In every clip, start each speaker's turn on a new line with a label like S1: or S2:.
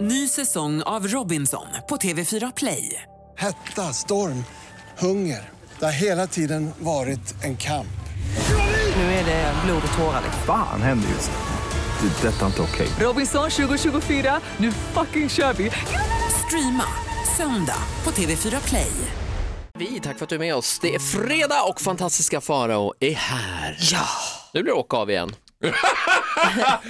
S1: Ny säsong av Robinson på TV4 Play.
S2: Hetta, storm, hunger. Det har hela tiden varit en kamp.
S1: Nu är det blod och tårar.
S3: Fan händer just nu. Det. är Detta är inte okej.
S1: Robinson 2024, nu fucking kör vi! Streama söndag på TV4 Play.
S4: Vi, tack för att du är med oss. Det är fredag och fantastiska Farao är här. Ja. Nu blir det åka av igen.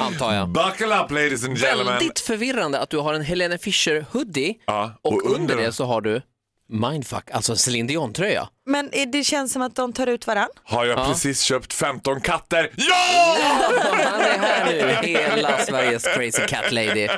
S4: Antar jag.
S5: Buckle up ladies and gentlemen.
S4: Väldigt förvirrande att du har en Helena Fischer hoodie
S5: Ja,
S4: och,
S5: och
S4: under,
S5: under-
S4: det så har du mindfuck, alltså en Céline Dion-tröja.
S6: Men är- det känns som att de tar ut varann.
S5: Har jag precis köpt 15 katter? Ja!
S4: Han är här nu, hela Sveriges crazy cat lady. Eh,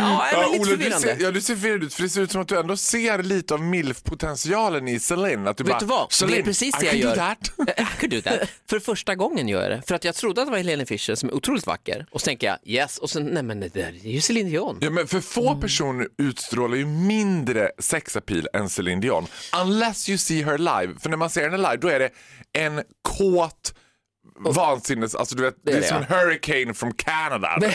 S4: ja,
S5: Ja,
S4: väldigt
S5: Ola, du
S4: förvirrande.
S5: ser, ja, du ser förvirrad ut för det ser ut som att du ändå ser lite av milf-potentialen i Celine. Att du
S4: Vet
S5: bara,
S4: du vad?
S5: Celine,
S4: det är precis det
S5: I
S4: jag gör.
S5: can do that.
S4: I can Eh, do that. För första gången gör jag det. För att jag trodde att det var Helene Fischer som är otroligt vacker. Och så tänker jag yes, och sen nej men det där är ju Céline Dion.
S5: Ja, men för få
S4: Mm.
S5: personer utstrålar ju mindre sexapil än Celine Dion. Unless you see her live. För när man ser henne live då är det en kåt vansinnes... Alltså du vet, det är,
S4: det,
S5: som
S4: ja.
S5: en hurricane from Canada.
S4: Men-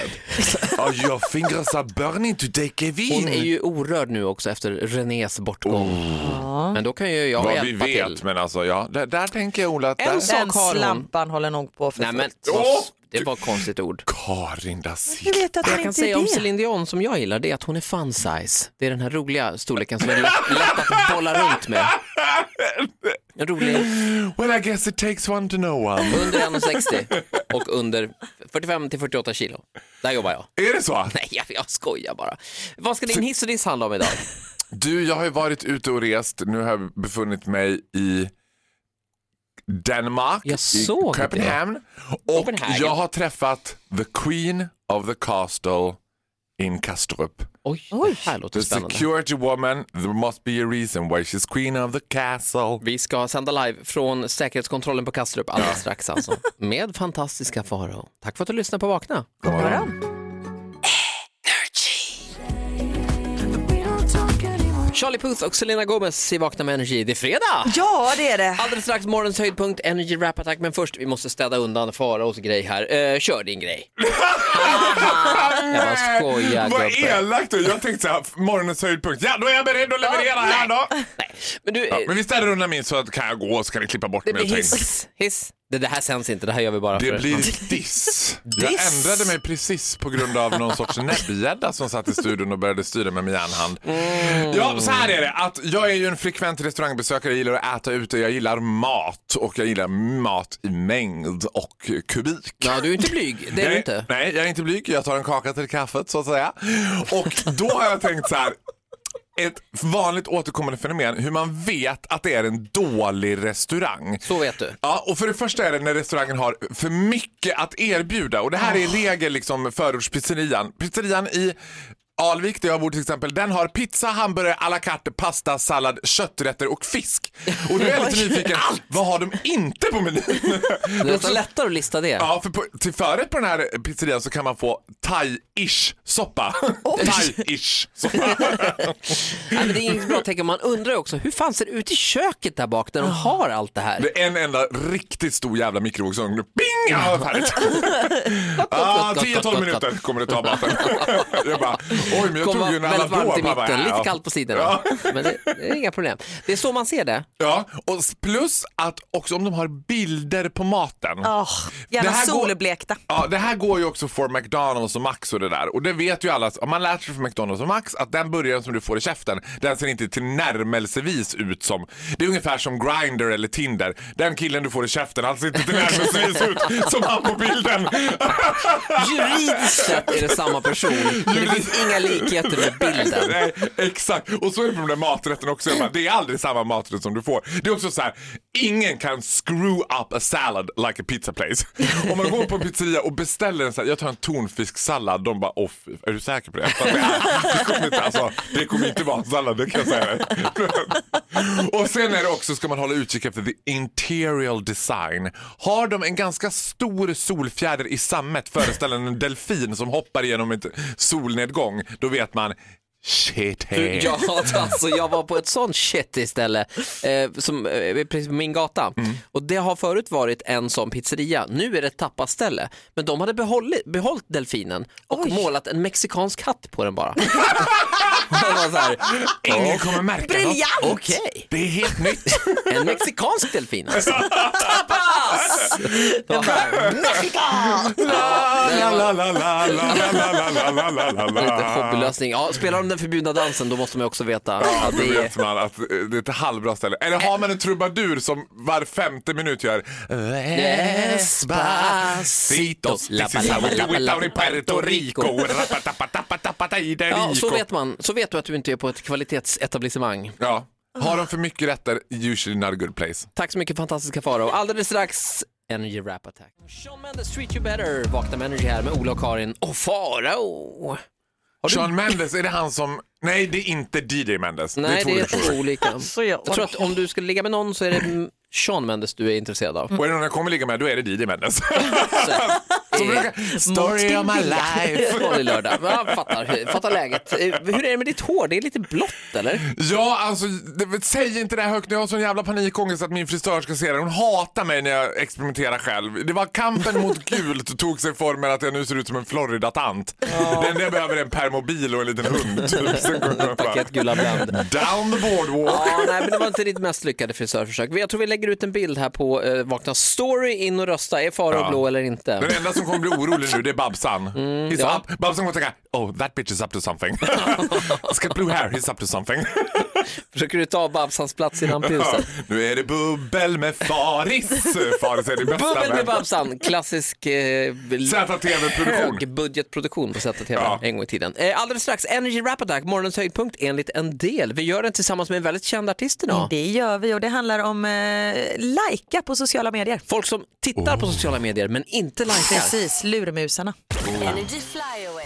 S5: oh, your fingers are burning today Kevin.
S4: Hon är ju orörd nu också efter Renés bortgång. Men då kan ju jag
S5: Vad vi
S4: hjälpa
S5: vet,
S4: till.
S5: men alltså ja, där, där tänker jag Ola att där...
S4: En sak
S6: Den
S4: har hon.
S6: slampan håller nog på för
S4: Nej, men,
S6: fullt.
S5: Åh!
S4: det var ett konstigt ord.
S5: Karin da
S6: Hur
S5: Silva.
S6: vet du
S4: Jag
S6: att den
S4: kan
S6: inte
S4: säga
S6: är
S4: om
S6: det?
S4: Céline Dion som jag gillar, det är att hon är fun size. Det är den här roliga storleken som är lätt, lätt att bolla runt med. En rolig
S5: Well I guess it takes one to know one.
S4: under 1,60 och under 45 till 48 kilo. Där jobbar jag.
S5: Är det så?
S4: Nej, jag, jag skojar bara. Vad ska din hiss och diss handla om idag?
S5: Du, jag har ju varit ute och rest. Nu har jag befunnit mig i Danmark,
S4: Jag såg
S5: i
S4: det.
S5: Köpenhamn. Och
S4: Copenhagen.
S5: jag har träffat the queen of the castle in Kastrup.
S4: Oj, Oj. det här låter
S5: The
S4: spännande.
S5: security woman, there must be a reason why she's queen of the castle.
S4: Vi ska sända live från säkerhetskontrollen på Kastrup alldeles strax alltså. Med fantastiska Farao. Tack för att du lyssnade på Vakna.
S5: God morgon.
S4: Charlie Puth och Selena Gomez i Vakna med Energy. Det är fredag!
S6: Ja, det är det.
S4: Alldeles strax morgonens höjdpunkt, Energy Rap Attack. Men först, vi måste städa undan Faraos grej här. Eh, kör din grej. jag bara skojar
S5: Vad
S4: gubbe.
S5: elakt du. Jag tänkte så här, morgonens höjdpunkt. Ja, då är jag beredd att leverera här då.
S4: Men du,
S5: Ja,
S4: eh,
S5: men vi ställer undan min så att kan jag gå så kan ni klippa bort
S4: det
S5: mig
S4: blir
S5: och ta in.
S4: hiss. hiss. Det, det här sänds inte, det här gör vi bara för...
S5: Det blir diss. Jag
S4: Diss.
S5: ändrade mig precis på grund av någon sorts näbbgädda som satt i studion och började styra med min järnhand.
S4: Mm.
S5: Ja, så här är det. Att jag är ju en frekvent restaurangbesökare. Jag gillar att äta ute. Jag gillar mat och jag gillar mat i mängd och kubik.
S4: Ja, du är inte blyg. Det är
S5: nej,
S4: du inte.
S5: Nej, jag är inte blyg. Jag tar en kaka till kaffet så att säga. Och då har jag tänkt så här. Ett vanligt återkommande fenomen hur man vet att det är en dålig restaurang.
S4: Så vet du.
S5: Ja, och för det första är det när restaurangen har för mycket att erbjuda. Och det här är
S4: Ah.
S5: i regel liksom förortspizzerian. Pizzerian i Alvik där jag bor till exempel, den har pizza, hamburgare, à la carte, pasta, sallad, kötträtter och fisk. Och du är lite nyfiken, vad har de inte på menyn?
S4: Det låter lättare att lista det.
S5: Ja, för på, till förrätt på den här pizzerian så kan man få thai-ish soppa. thai-ish soppa.
S4: Nej, men det är inget bra tecken. Man undrar ju också, hur fan ser det ut i köket där bak där de har allt det här?
S5: Det är en enda riktigt stor jävla mikrovågsugn. Bing! Ja, färdigt. ah,
S4: gott, gott,
S5: 10-12
S4: gott,
S5: minuter
S4: gott.
S5: kommer det ta maten. jag bara, oj men
S4: Kommer
S5: jag tog
S4: vara
S5: ju en
S4: väldigt
S5: Alador.
S4: varmt i
S5: pappa.
S4: mitten, lite
S5: Ja.
S4: kallt på sidorna.
S5: Ja.
S4: Men det, det är inga problem. Det är så man ser det.
S5: Ja, och s- plus att också om de har bilder på maten.
S6: Åh, gärna
S5: Det här går-
S6: solblekta.
S5: Ja, det här går ju också för McDonalds och Max och det där. Och det vet ju alla, om man lär sig från McDonalds och Max att den burgaren som du får i käften, den ser inte tillnärmelsevis ut som... Det är ungefär som Grindr eller Tinder. Den killen du får i käften, han ser inte tillnärmelsevis ut som han på bilden.
S4: Juridiskt sett är det samma person, men det finns inga likheter med bilden.
S5: Nej, exakt. Och så är det med den där maträtten också. Jag bara, Det är aldrig samma maträtt som du får. Det är också så här, ingen kan screw up a salad like a pizza place. Om man går på en pizzeria och beställer en så här, jag tar en tonfisksallad, de bara, oh, fy, är du säker på det? Fast det, är- det, kommer inte, alltså, det kommer inte vara en sallad, det kan jag säga dig. Och sen är det också, ska man hålla utkik efter the interior design. Har de en ganska stor solfjäder i sammet föreställande en delfin som hoppar genom ett solnedgång, då vet man Shit
S4: Du,
S5: hey.
S4: ja, alltså, jag var på ett sånt shit istället, eh, som, eh, precis på min gata. Och det har förut varit en sån pizzeria, nu är det ett tappaställe. Men de hade behållit, behållit delfinen och målat en mexikansk hatt på den bara. Och jag var så här,
S5: Ingen kommer märka något.
S6: Briljant!
S4: Okej,
S5: Det är helt nytt.
S4: en mexikansk delfin alltså. Tapas! Jag bara,
S5: La, la, la, la, la, la, la, la, la, la, la, la.
S4: Lite hobbylösning. Ja, spelar de den förbjudna dansen då måste man ju också veta.
S5: Ja,
S4: att
S5: då
S4: det är...
S5: vet man att eh, det är ett halvbra ställe. Eller har man en trubadur som var femte minut gör Despacito, this is how we do it down in Puerto Rico
S4: Ja, så vet
S5: Rapatapatapatapataideriko.
S4: man. Så vet du att du inte är på ett kvalitetsetablissemang.
S5: Ja, har de för mycket rätter, usually not a good place.
S4: Tack så mycket fantastiska Farao. Alldeles strax Energy Rap Attack. Sean Mendes Treat You Better. Vakna med Energy här med Ola och Karin och Farao.
S5: Sean Mendes, är det han som... Nej, det är inte DJ Mendes. det är
S4: Nej,
S5: två
S4: det
S5: olika
S4: är
S5: personer.
S4: olika.
S5: Alltså,
S6: Så jag-
S4: Jag tror att om du skulle ligga med någon så är det Sean Mendes du är intresserad av.
S5: Och är det någon jag kommer ligga med, då är det DJ Mendes.
S4: Så
S5: brukar- Story of my life.
S4: Vanlig lördag. Jag fattar, fattar läget. Eh, Hur är det med ditt hår? Det är lite blått eller?
S5: Ja, alltså det, säg inte det här högt. Jag har sån jävla panikångest att min frisör ska se det. Hon hatar mig när jag experimenterar själv. Det var kampen mot gult tog sig formen att jag nu ser ut som en Florida-tant. Det enda jag behöver är en permobil och en liten hund. Typ. Sen kommer jag bara,
S4: Paket gula bland.
S5: Down the boardwalk.
S4: Ja, nej, men det var inte ditt mest lyckade frisörförsök. Jag tror vi lägger ut en bild här på eh, Vakna Story, in och rösta. Är Farao
S5: Ja.
S4: blå eller inte?
S5: Den enda som kommer bli orolig nu det är Babsan. He's
S4: Mm, ja.
S5: up. Babsan kommer tänka, oh that bitch is up to something. He's got blue hair, he's up to something.
S4: Försöker du ta Babsans plats i rampljuset?
S5: nu är det bubbel med Faris. Faris är det bästa
S4: Bubbel med
S5: vän.
S4: Babsan, klassisk eh,
S5: ZTV-produktion.
S4: högbudgetproduktion på ZTV
S5: Ja.
S4: en gång i tiden. Eh, alldeles strax, Energy Rap Attack, morgonens höjdpunkt enligt en del. Vi gör den tillsammans med en väldigt känd artist idag.
S6: Det gör vi och det handlar om eh, likea på sociala medier.
S4: Folk som tittar på sociala medier men inte likar.
S6: Precis, lurmusarna.
S7: Energy fly away.